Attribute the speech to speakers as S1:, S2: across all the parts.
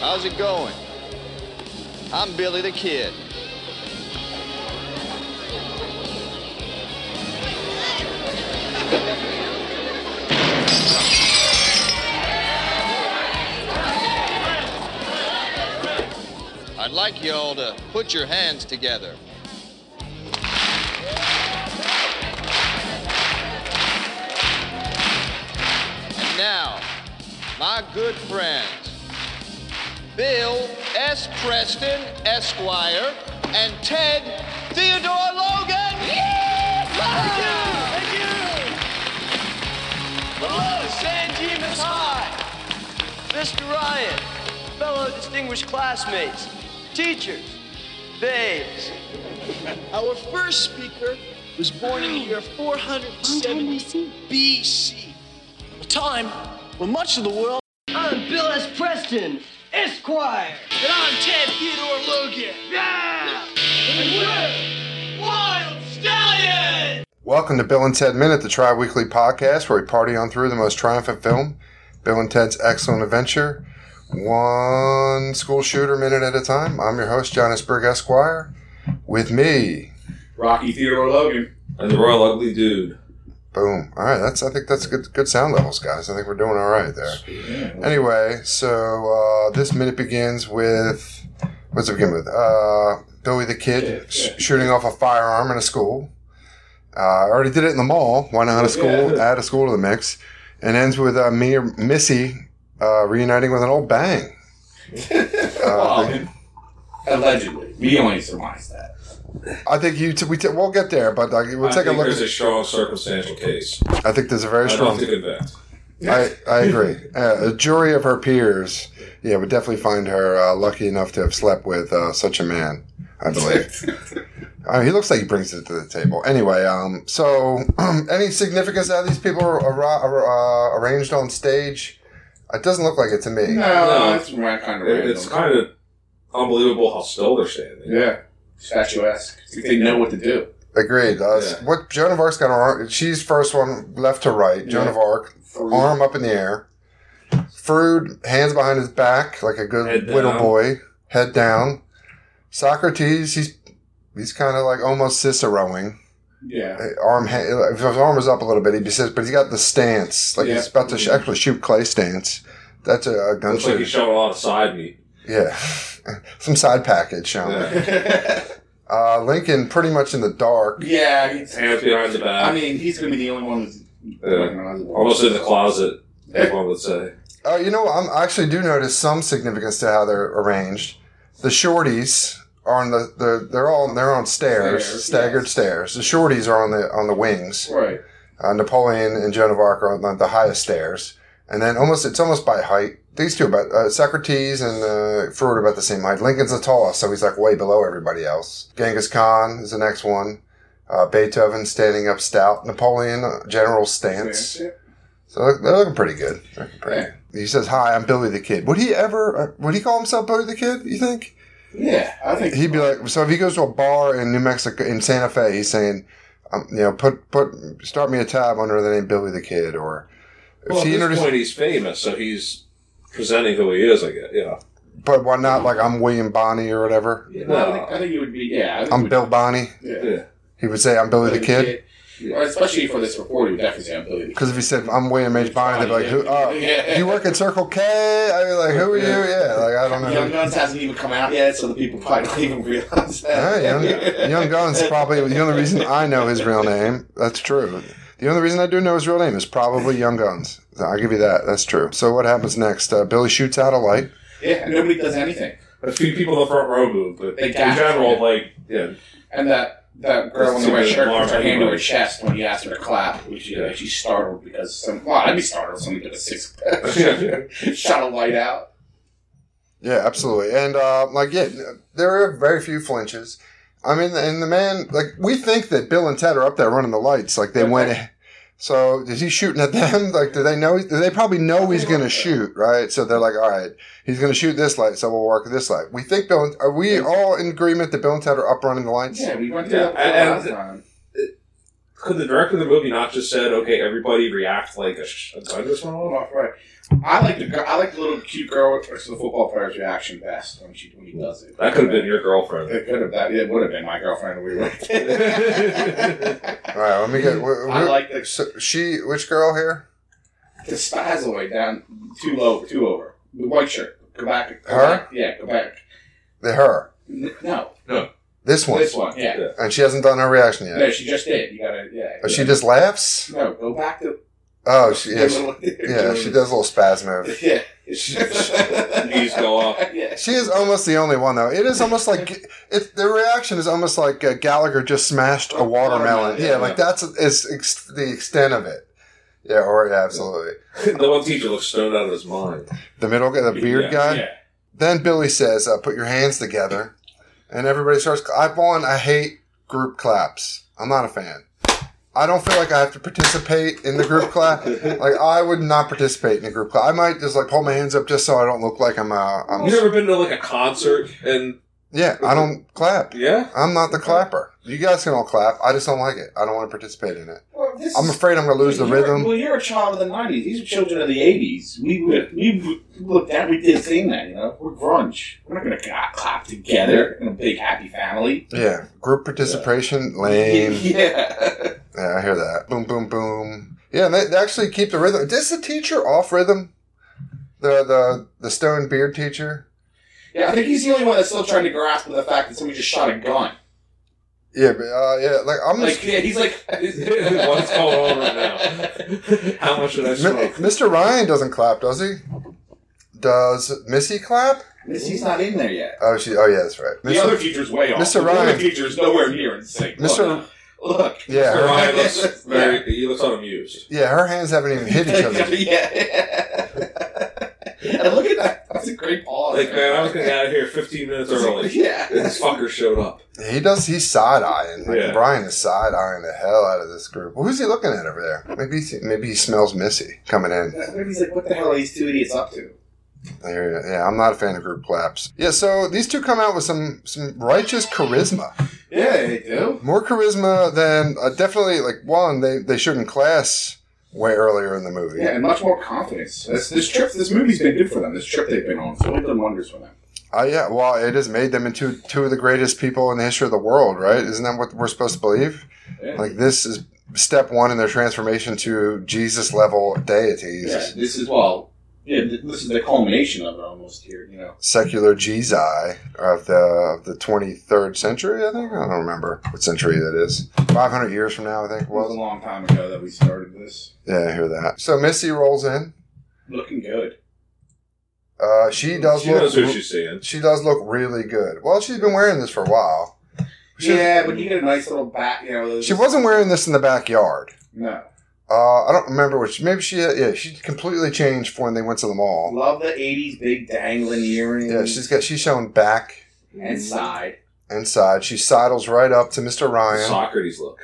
S1: How's it going? I'm Billy the Kid. I'd like you all to put your hands together. And now, my good friends, Bill S. Preston, Esquire, and Ted Theodore Logan.
S2: Thank you. The love of San Dimas High. Mr. Ryan, fellow distinguished classmates, teachers, babes. Our first speaker was born in the year 470 BC, a time when much of the world. I'm Bill S. Preston, Esquire. And I'm Ted Theodore Logan. Yeah! And we're Wild Stallions!
S3: Welcome to Bill and Ted Minute, the tri weekly podcast where we party on through the most triumphant film, Bill and Ted's Excellent Adventure, one school shooter minute at a time. I'm your host, Johannesburg Esquire. With me,
S4: Rocky Theodore Logan. And the Royal Ugly Dude.
S3: boom. All right, that's I think that's good good sound levels, guys. I think we're doing all right there. Anyway, so uh, this minute begins with what's it begin with? Uh, Billy the Kid sh- shooting off a firearm in a school. Uh, I already did it in the mall. Why not a school?
S4: Yeah.
S3: Add a school to the mix, and ends with uh, me or Missy uh, reuniting with an old bang.
S4: Well, allegedly. We only surmise that.
S3: I think you t- we t- we'll get there, but like, we'll
S4: I
S3: take a
S4: think
S3: look.
S4: there's
S3: At,
S4: a strong circumstantial case.
S3: I think there's a very
S4: I'd
S3: strong.
S4: love to convict.
S3: I, I agree. Uh, a jury of her peers, yeah, would definitely find her uh, lucky enough to have slept with uh, such a man. I believe uh, he looks like he brings it to the table. Anyway, um, so any significance out of these people are, are, uh, arranged on stage? It doesn't look like it to me.
S4: No.
S5: No, it's right kind of
S4: It-
S5: random.
S4: it's kind of unbelievable how still they're standing.
S5: yeah, statuesque. I think they know what to do.
S3: Agreed. Uh,
S4: Yeah.
S3: What Joan of Arc's got? her arm- She's first one left to right. Joan
S5: Yeah.
S3: of Arc,
S5: Frood.
S3: arm up in the air. Frood, hands behind his back like a good
S4: Head
S3: little
S4: down.
S3: boy. Head down. Socrates, he's he's kind of like almost Ciceroing.
S5: Yeah,
S3: Uh, Arm, ha- if his arm was up a little bit, he'd be Cic- but he's got the stance like he's
S5: Yeah.
S3: about to sh- actually shoot clay stance. That's a, a
S4: Mm-hmm.
S3: gun
S4: Looks like he's
S3: shoot.
S4: showing a lot of side meat.
S3: Yeah, some side package showing. Uh, Lincoln pretty much in the dark.
S5: yeah.
S4: His
S5: he's-
S4: Hands behind the
S5: I
S4: back.
S5: mean, he's gonna be the only one who's
S4: Almost in the closet, everyone would say.
S3: Uh, you know, I'm, I actually do notice some significance to how they're arranged. The shorties are on the, the they're all they're on stairs,
S5: Stairs,
S3: staggered
S5: yes.
S3: stairs. The shorties are on the on the wings.
S5: Right.
S3: Uh, Napoleon and Joan of Arc are on the, the highest stairs, and then almost it's almost by height. These two about uh, Socrates and uh, Freud are about the same height. Lincoln's the tallest, so he's like way below everybody else. Genghis Khan is the next one. Uh, Beethoven standing up stout. Napoleon uh, general stance. So they're, they're looking pretty good. They're looking pretty
S5: Yeah.
S3: good. He says, "Hi, I'm Billy the Kid." Would he ever? Uh, would he call himself Billy the Kid? You think
S5: Yeah, I think
S3: he'd be like? So if he goes to a bar in New Mexico, in Santa Fe, he's saying, um, "You know, put put start me a tab under the name Billy the Kid," or if
S4: Well, at
S3: he
S4: this
S3: introduces,
S4: point, he's famous, so he's presenting who he is, I guess. Yeah.
S3: but why not? Like I'm William Bonney or whatever.
S5: No, I, think, I think he would be. Yeah, I think he
S3: I'm
S5: would-
S3: Bill Bonney.
S5: Yeah.
S4: Yeah.
S3: He would say, "I'm Billy the Kid,"
S5: Or especially for this report, he would definitely say I'm Billy the Kid.
S3: because if he said, "I'm William H. Bonney," they'd be like, "Who? Uh,
S5: Yeah.
S3: you work at Circle K?" I'd be like, "Who are you?" Yeah, like I don't know.
S5: Young Guns hasn't even come out yet, so the people probably don't even realize
S3: All
S5: that.
S3: right, Young, Young Gun's probably the only reason I know his real name. That's true. The only reason I do know his real name is probably Young Guns. I'll give you that. That's true. So what happens next? Uh, Billy shoots out a light.
S5: Yeah, nobody does anything.
S4: A few people in the front row move, but
S5: They
S4: in
S5: gasp.
S4: general, like, yeah,
S5: And that that girl in the red
S4: Stupid
S5: shirt puts her
S4: alarm.
S5: hand to her chest when he asked her to clap. Which she, uh,
S4: Yeah.
S5: she's startled because some. Well, I'd be startled if somebody did a six shot a light out.
S3: Yeah, absolutely. And uh, like, yeah, there are very few flinches. I mean, and the man, like, we think that Bill and Ted are up there running the lights, like they went. So is he shooting at them? Like, do they know? They probably know he's going to shoot, right? So they're like, all right, he's going to shoot this light, so we'll work this light. We think Bill. And, are we all in agreement that Bill and Ted are up running the lights?
S5: Yeah, we went through
S4: Yeah,
S5: that
S4: and-
S5: last time.
S4: could the director of the movie not just said, okay, everybody react like a, sh- a gun just went off?
S5: Hold off, right. I like the gir- I like the little cute girl with versus the football player's reaction best when she when he does it.
S4: That could have been your girlfriend.
S5: It could have that. It would have been my girlfriend. We
S3: All
S5: were.
S3: right, let me get. Wh-
S5: I
S3: wh-
S5: like the
S3: so she, which girl here?
S5: the spazoid down two low, two over the white shirt. Go back. Go
S3: Her?
S5: Back. Yeah, go back.
S3: The her.
S5: N- No,
S3: This one.
S5: this one. Yeah.
S3: And she hasn't done her reaction yet.
S5: No, she just did. You gotta. Yeah.
S3: Oh, she just laughs.
S5: No, go back to.
S3: Oh, she, yeah, she, yeah,
S5: yeah,
S3: she does a little spasm. move.
S5: Yeah.
S4: Knees go off.
S5: Yeah.
S3: She is almost the only one though. It is almost like it, the reaction is almost like uh, Gallagher just smashed a watermelon.
S5: Watermelon,
S3: yeah,
S5: yeah.
S3: like that's is ex- the extent of it. Yeah, or yeah, absolutely.
S4: the one teacher looks stoned out of his mind.
S3: The middle guy, the beard
S4: Yeah,
S3: guy.
S5: Yeah.
S3: Then Billy says, uh, "Put your hands together," and everybody starts. cla- I've one. I hate group claps. I'm not a fan. I don't feel like I have to participate in the group clap. Like I would not participate in a group clap. I might just like hold my hands up just so I don't look like I'm a. I'm,
S4: You ever been to like a concert and
S3: yeah, I don't clap.
S4: yeah?
S3: I'm not the clapper. You guys can all clap. I just don't like it. I don't want to participate in it.
S5: Well, this
S3: I'm
S5: is-
S3: afraid I'm going to lose the
S5: You were-
S3: rhythm.
S5: well, you're a child of the '90s. These are children of the '80s. We would, we would- looked at, we did sing that. You know, we're grunge. We're not gonna clap, clap together in a big happy family.
S3: Yeah, group participation lame.
S5: Yeah.
S3: Yeah, I hear that. Boom, boom, boom. Yeah, and they, they actually keep the rhythm. Does the teacher off rhythm? The the the stone beard teacher.
S5: yeah, I think he's the only one that's still trying to grasp the fact that somebody just shot a gun.
S3: Yeah, but, uh, yeah. Like I'm
S5: Like, yeah, he's like,
S4: What's going on right now? How much did I
S3: just, Mi-
S4: smoke?
S3: Mr. Ryan doesn't clap, does he? Does Missy clap?
S5: Missy's not in there yet.
S3: Oh, she. Oh, yeah, that's right.
S5: The other
S3: Mr.
S5: teacher's way off.
S3: Mr.
S5: The other
S3: Ryan.
S5: teacher's nowhere near in sync.
S3: Mr.
S5: Look, look.
S4: Sir
S3: Yeah,
S4: Ryan looks very. He looks unamused.
S3: yeah. Her hands haven't even hit each other.
S5: yeah. and look at that. That's a great pause.
S4: Like man, I was gonna get out of here 15 minutes early.
S5: Yeah.
S4: This fucker showed up.
S3: He does. He's side eyeing. Like
S4: Yeah.
S3: Brian is side eyeing the hell out of this group. Who's he looking at over there? Maybe he, maybe he smells Missy coming in.
S5: He's like, what the hell are these two idiots up to?
S3: There, yeah, I'm not a fan of group claps. Yeah, so these two come out with some some righteous charisma.
S5: Yeah, they do.
S3: More charisma than uh, definitely like one they they showed in class way earlier in the movie.
S5: Yeah, and much more confidence. This, this trip, this movie's been good for them. This trip they've been on, so it's done wonders for them.
S3: Uh, yeah, well, it has made them into two of the greatest people in the history of the world, right? Isn't that what we're supposed to believe?
S5: Yeah.
S3: Like this is step one in their transformation to Jesus level deities.
S5: Yeah, this is well. Yeah, th- this is the culmination of it almost here. You know,
S3: secular Jesus of the of the 23rd century. I think I don't remember what century that is. 500 years from now, I think it
S5: it was a
S3: was.
S5: long time ago that we started this.
S4: Mm-hmm.
S3: Yeah, I hear that. So Missy rolls in.
S5: Looking good.
S3: Uh, she does
S4: She
S3: look.
S4: knows who she's seeing.
S3: she does look really good. Well, she's been wearing this for a while. She,
S5: yeah, but you get a nice little back. You know, those-
S3: She wasn't wearing this in the backyard.
S5: No,
S3: Uh, I don't remember which. Maybe she. uh, Yeah, she completely changed for when they went to the mall.
S5: love the '80s big dangling earrings.
S3: Yeah, she's got. She's showing back
S5: and side.
S3: and side. She sidles right up to Mr. Ryan.
S4: Socrates look.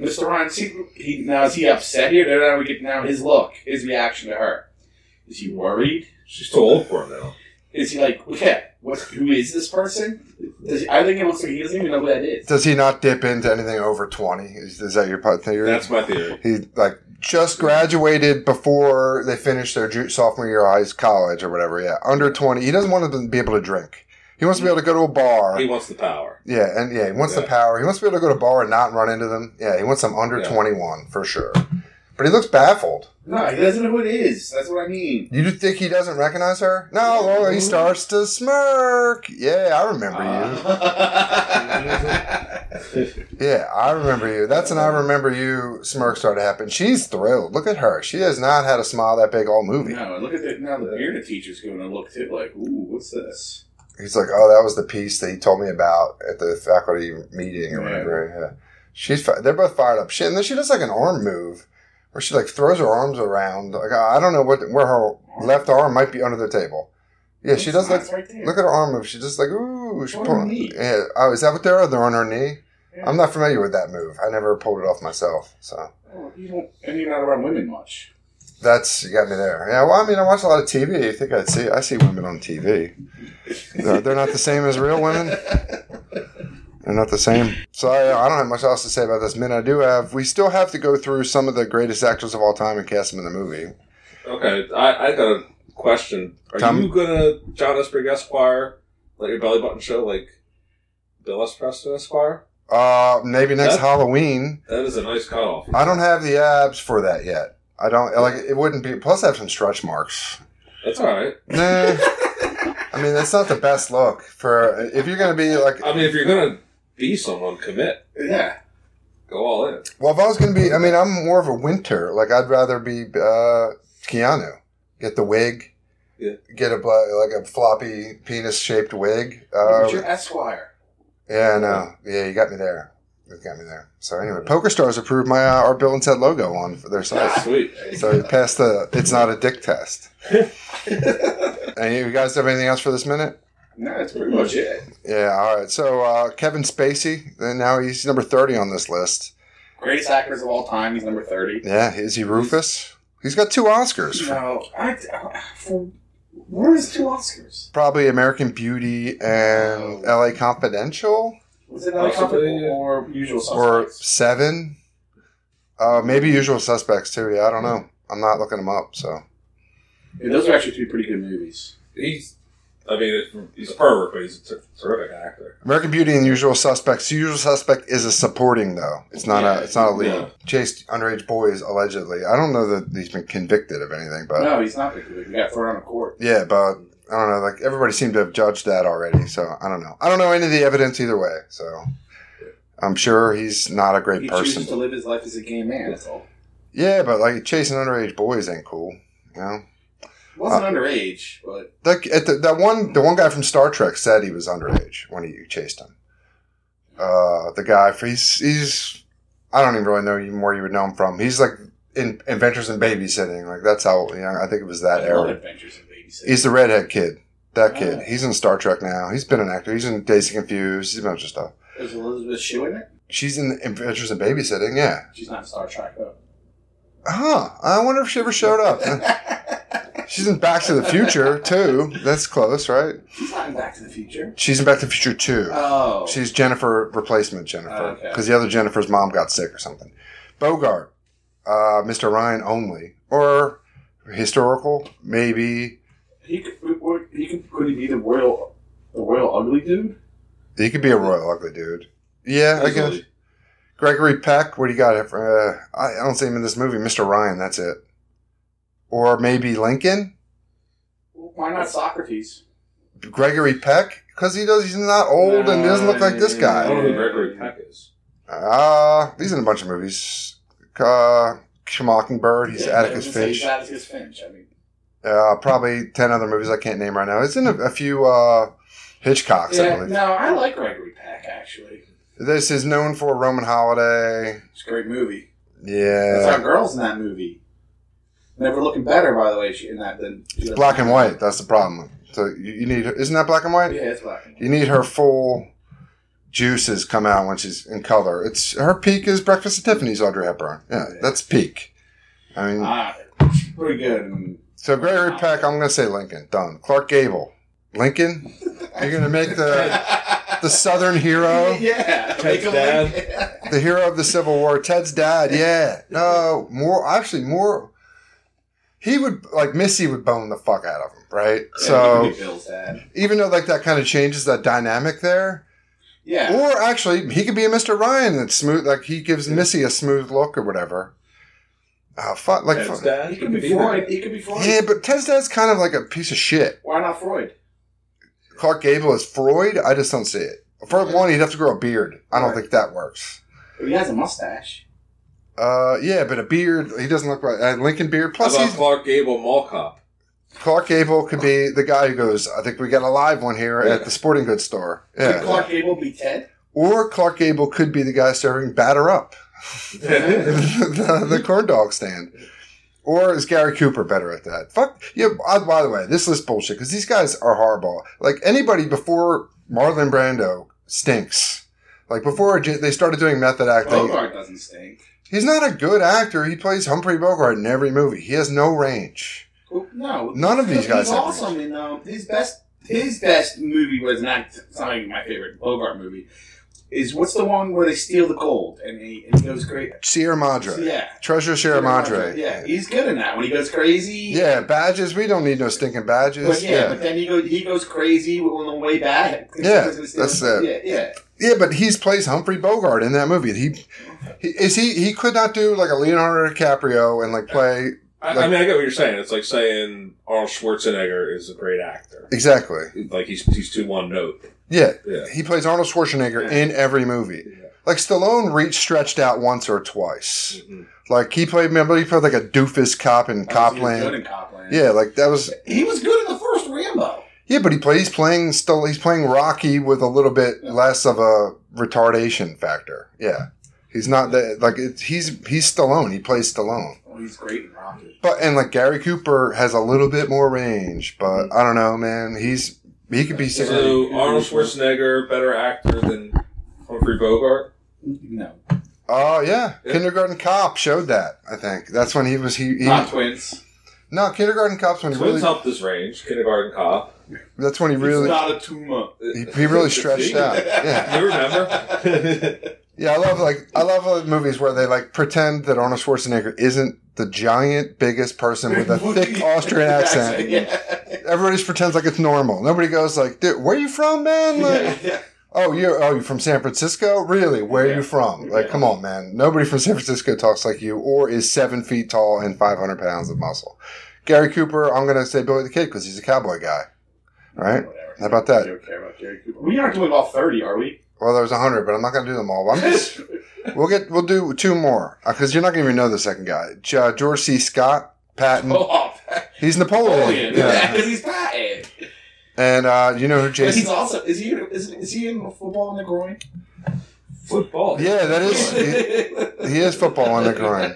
S5: Mr. Ryan, see, he, now is he upset here? No, no, we get now his look, his reaction to her. Is he worried?
S4: She's too old for him now.
S5: Is he like, yeah, what, who is this person? Does he, I think it looks like he doesn't even know who that is.
S3: Does he not dip into anything over 20? Is, is that your po- theory?
S4: That's my theory.
S3: he like just graduated before they finished their ju- sophomore year of high s- college or whatever. Yeah, under 20. He doesn't want to be able to drink. He wants to be able to go to a bar.
S4: He wants the power.
S3: Yeah, and yeah, he wants the
S4: Yeah.
S3: power. He wants to be able to go to a bar and not run into them. Yeah, he wants them under
S4: Yeah.
S3: 21 for sure. But he looks baffled.
S5: No, he doesn't know who it is. That's what I mean.
S3: You just think he doesn't recognize her? No, well, he starts to smirk. Yeah, I remember
S4: Uh.
S3: you. Yeah, I remember you. That's an I remember you smirk started to happen. She's thrilled. Look at her. She has not had a smile that big all movie.
S5: no, and look at the, now the bearded teacher's going to look too, like, ooh, what's this?
S3: He's like, oh, that was the piece that he told me about at the faculty meeting or
S5: Yeah.
S3: whatever. Yeah. She's fi- they're both fired up. She, and then she does like an arm move where she like throws her arms around. Like I I don't know what where her left arm might be under the table. Yeah, she does
S5: That's
S3: like
S5: nice right there.
S3: look at her arm move. She just like ooh. She
S5: On
S3: pull-
S5: her knee.
S3: Yeah. Oh, is that what they're? They're on her knee.
S5: Yeah.
S3: I'm not familiar with that move. I never pulled it off myself. So
S5: Oh, you don't, and you're not around women much.
S3: that's you got me there. Yeah. Well, I mean, I watch a lot of TV. You think I'd see? I see women on TV. they're, they're not the same as real women. They're not the same. So I, I don't have much else to say about this. Min, I do have. We still have to go through some of the greatest actors of all time and cast them in the movie.
S4: Okay, I, I got a question. Are
S3: Tom?
S4: you gonna John Esprig Esquire let your belly button show like Bill S. Preston Esquire?
S3: Uh, maybe next
S4: Huh?
S3: Halloween.
S4: That is a nice cutoff.
S3: I don't have the abs for that yet. I don't like it. Wouldn't be. Plus, I have some stretch marks.
S4: That's all right.
S3: Nah. I mean, that's not the best look for if you're gonna be like.
S4: I mean, if you're gonna be someone, commit,
S5: Yeah.
S4: go all in.
S3: Well, if I was gonna be, I mean, I'm more of a winter. Like, I'd rather be uh, Keanu. Get the wig.
S4: Yeah.
S3: Get a bla- like a floppy penis shaped wig. Uh,
S5: But you're Esquire.
S3: Yeah, I know. Yeah, you got me there. You got me there. So anyway, Poker Stars approved my uh, our Bill and Ted logo on their site.
S4: Sweet.
S3: so you passed the it's not a dick test. and you guys have anything else for this minute?
S5: No, that's pretty much it.
S3: Yeah, all right. So uh, Kevin Spacey, then now he's number thirty on this list.
S5: Greatest actors of all time. He's number 30.
S3: Yeah, is he Rufus? He's got two Oscars. for-
S5: No, I. For, what is two Oscars?
S3: Probably American Beauty
S5: Oh.
S3: and L.A. Confidential
S5: Was it another
S4: Possibly,
S5: couple
S4: yeah.
S5: or usual
S3: or
S5: suspects?
S3: Seven. Uh, maybe Usual Suspects too. Yeah, I don't know. I'm not looking him up. So
S5: Yeah, those are actually three pretty good movies.
S4: He's, I mean, it- he's a pervert, but he's a ter- terrific actor.
S3: American Beauty and Usual Suspects. The Usual Suspect is a supporting though. It's not
S5: Yeah,
S3: a. It's not a lead.
S4: yeah.
S3: Chased underage boys allegedly. I don't know that he's been convicted of anything, but
S5: no, he's not good. He got thrown out of court.
S3: yeah, but I don't know. Like everybody seemed to have judged that already, so I don't know. I don't know any of the evidence either way. So I'm sure he's not a great
S5: He
S3: person.
S5: chooses to live his life as a gay man. That's all.
S3: yeah, but like chasing underage boys ain't cool. You know, Uh,
S5: Wasn't underage, but
S3: like at the, that one, the one guy from Star Trek said he was underage when he chased him. Uh, the guy, for, he's he's, I don't even really know you- where you would know him from. He's like in Adventures in Babysitting, like that's how you know, I think it was that
S5: I love
S3: era.
S5: Adventures in Babysitting.
S3: He's the redhead kid, that kid.
S5: Oh.
S3: He's in Star Trek now. He's been an actor. He's in Daisy Confused. He's a bunch of stuff.
S5: Is Elizabeth Shue in it?
S3: She's in Adventures in Babysitting. Yeah.
S5: She's not in Star Trek though.
S3: Huh. I wonder if she ever showed up. She's in Back to the Future too. That's close, right?
S5: She's not in Back to the Future.
S3: She's in Back to the Future too.
S5: Oh,
S3: She's Jennifer replacement Jennifer
S5: Okay.
S3: because the other Jennifer's mom got sick or something. Bogart, uh, Mr. Ryan only or historical maybe
S5: he could, or- he could, could he be the royal, the royal ugly dude?
S3: he could be a royal ugly dude. Yeah, I guess
S4: Easily.
S3: Gregory Peck. What do you got? Uh, I I don't see him in this movie. Mr. Ryan, that's it. Or maybe Lincoln.
S5: Why not Socrates?
S3: Gregory Peck because he does. He's not old and he doesn't look like this
S5: Oh,
S4: I
S3: guy.
S4: don't know who Gregory Peck is.
S3: Ah, he's in a bunch of movies. Uh, Mockingbird. He's
S5: Yeah,
S3: Atticus
S5: I was gonna say
S3: Finch.
S5: He's Atticus Finch. I mean,
S3: uh, probably 10 other movies I can't name right now. It's in a, a few uh, Hitchcocks, I
S5: yeah,
S3: believe.
S5: no, I like Gregory Peck actually.
S3: This is known for Roman Holiday.
S5: It's a great movie. That's our
S3: Yeah.
S5: girls in that movie. Never looking better, by the way. She in that than she does-
S3: Black and white. That's the problem. So you, you need, isn't that black and
S5: Yeah,
S3: white?
S5: it's black and white.
S3: You need her full juices come out when she's in color. It's her peak is Breakfast at Tiffany's, Audrey Hepburn. Yeah,
S5: Yeah.
S3: that's peak. I mean,
S5: Ah, she's pretty good. Mm. And
S3: so Gregory Peck, I'm going to say Lincoln. Done. Clark Gable. Lincoln? You're going to make the the southern hero?
S5: yeah,
S4: Ted's
S5: make him
S4: dad.
S5: like-
S3: the hero of the Civil War, Ted's dad. Yeah, no, more actually more. He would like Missy would bone the fuck out of him, right?
S5: Yeah, he
S3: So
S5: could be Bill's dad.
S3: even though like that kind of changes that dynamic there,
S5: Yeah,
S3: or actually he could be a Mister Ryan that's smooth, like he gives Missy a smooth look or whatever. Oh fuck, like
S4: Ted's
S3: fuck.
S4: dad.
S5: he could be Freud.
S4: that.
S5: He could be Freud.
S3: yeah, but Ted's dad's kind of like a piece of shit.
S5: Why not Freud?
S3: Clark Gable is Freud. I just don't see it. For one, he'd have to grow a beard. I don't
S5: Right.
S3: think that works.
S5: But he has a mustache.
S3: Uh, yeah, but a beard. He doesn't look right. Uh, Lincoln beard.
S4: How
S3: Plus,
S4: about
S3: he's
S4: Clark Gable Mall Cop?
S3: Clark Gable could be the guy who goes, I think we got a live one here at the sporting goods store.
S5: Could
S3: Yeah.
S5: Clark Gable be Ted?
S3: Or Clark Gable could be the guy serving batter up the, the corn dog stand. Or is Gary Cooper better at that? Fuck. Yeah, by by the way, this list bullshit because these guys are horrible. Like anybody before Marlon Brando stinks. Like before they started doing method acting,
S5: Bogart doesn't stink.
S3: he's not a good actor. He plays Humphrey Bogart in every movie. He has no range.
S5: Who- No,
S3: None of these guys
S5: He's
S3: have
S5: awesome. In um, his best, his best movie was not. It's not even my favorite Bogart movie. is what's the one where they steal the gold and he, and he goes crazy?
S3: Sierra Madre.
S5: Yeah.
S3: Treasure Sierra Madre.
S5: Yeah, he's good in that when he goes crazy.
S3: Yeah, badges. We don't need no stinking badges.
S5: But yeah,
S3: yeah.
S5: but then he goes he goes crazy on the way back.
S3: Yeah,
S5: He's gonna steal-
S3: that's it.
S5: Yeah, yeah.
S3: Yeah, but he's plays Humphrey Bogart in that movie. He, he is he he could not do like a Leonardo DiCaprio and like play
S4: I, I mean, I get what you're saying. It's like saying Arnold Schwarzenegger is a great actor.
S3: exactly.
S4: Like he's he's too one note.
S3: Yeah,
S4: Yeah.
S3: he plays Arnold Schwarzenegger in every movie. Like Stallone reached stretched out once or twice.
S4: Mhm.
S3: Like he played, remember he played like a doofus cop in
S5: He was good
S3: Copland.
S5: in Copland.
S3: Yeah, like that was
S5: He was good in the first Rambo.
S3: yeah, but he plays he's playing still he's playing Rocky with a little bit less of a retardation factor. Yeah, he's not that like it's, he's he's Stallone. He plays Stallone.
S5: Oh, he's great in Rocky.
S3: But and like Gary Cooper has a little bit more range, but I don't know, man. He's he could be so,
S4: So Arnold Schwarzenegger better actor than Humphrey Bogart.
S5: No,
S3: Oh yeah, Kindergarten Cop showed that. I think that's when he was he, he
S5: not twins.
S3: no Kindergarten Cop's when he
S4: Twins
S3: really
S4: helped his range. Kindergarten Cop.
S3: that's when he
S5: It's
S3: really
S5: not a tumor.
S3: he, he really stretched
S4: See?
S3: out. Yeah,
S4: You remember?
S3: yeah. I love like I love uh, movies where they like pretend that Arnold Schwarzenegger isn't the giant biggest person with a thick Austrian accent.
S5: Yeah.
S3: Everybody just pretends like it's normal. Nobody goes like, "Dude, where you from, man?" Like,
S5: Yeah.
S3: Oh, you're oh, you're from San Francisco? Really? Where are
S4: Yeah.
S3: you from? Like,
S4: Yeah.
S3: come on, man. Nobody from San Francisco talks like you, or is seven feet tall and five hundred pounds of muscle. Gary Cooper, I'm gonna say Billy the Kid because he's a cowboy guy. All right.
S5: Whatever.
S3: How about that?
S5: I don't care about Jerry Cooper. We aren't doing all thirty, are we?
S3: Well, there's hundred, but I'm not gonna do them all. I'm just, we'll get we'll do two more because you're not gonna even know the second guy. J- uh, George C. Scott Patton.
S5: Oh,
S3: He's Napoleon.
S5: Napoleon. Yeah,
S3: Yeah.
S5: because he's Patton.
S3: And uh, you know who
S5: But he's
S3: Jason?
S5: also is he is, is he in football in the groin?
S4: Football.
S3: Yeah, that is. He, he is football in the groin.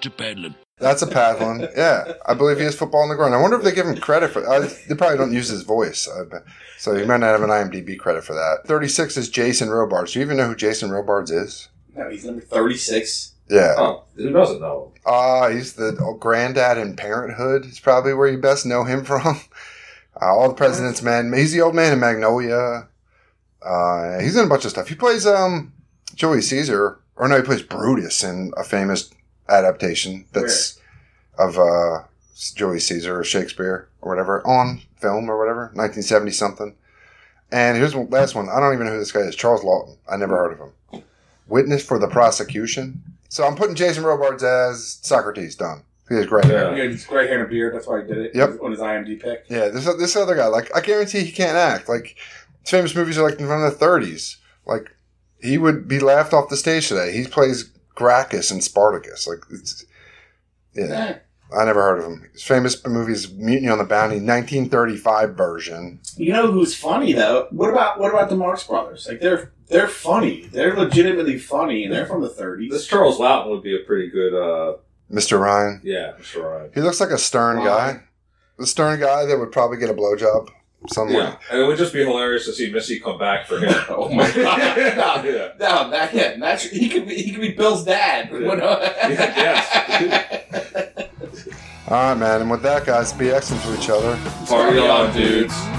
S6: to peddling.
S3: That's a Pavlin. Yeah, I believe he has football on the ground. I wonder if they give him credit for. I, they probably don't use his voice, I bet. so he might not have an IMDb credit for that. Thirty six is Jason Robards. Do you even know who Jason Robards is?
S5: No, he's number thirty six.
S3: Yeah,
S4: Oh, who doesn't know? him?
S3: ah, he's the granddad in Parenthood. Is probably where you best know him from. Uh, all the President's Men. He's the old man in Magnolia. Uh, he's in a bunch of stuff. He plays um Julius Caesar, or no, he plays Brutus in a famous adaptation that's of uh Julius Caesar or Shakespeare or whatever on film or whatever, 1970 something. And here's the last one. I don't even know who this guy is. Charles Lawton. I never heard of him. Witness for the prosecution. So I'm putting Jason Robards as Socrates. Done. He is great.
S4: Yeah.
S5: Yeah, he's gray hair and a beard. That's why he did it.
S3: Yep.
S5: On his IMDb pick.
S3: Yeah, this this other guy, like I guarantee he can't act. Like his famous movies are like from the '30s. Like he would be laughed off the stage today. He plays Gracchus in Spartacus. Like it's, yeah,
S5: Yeah.
S3: I never heard of him. His famous movie is Mutiny on the Bounty, 1935 version.
S5: You know who's funny though? What about what about the Marx Brothers? Like they're they're funny. They're legitimately funny, and they're from the
S4: This
S5: '30s.
S4: Charles Loughton would be a pretty good, uh,
S3: Mr. Ryan.
S4: yeah, Mr. Ryan.
S3: He looks like a stern guy. The stern guy that would probably get a blowjob somewhere.
S4: Yeah, and it would just be hilarious to see Missy come back for him.
S5: Oh my god! No,
S4: yeah.
S5: no that yeah, that's he could be he could be Bill's dad.
S4: Yeah. yes.
S3: All right, man. And with that, guys, be excellent to each other.
S4: Party on, dudes.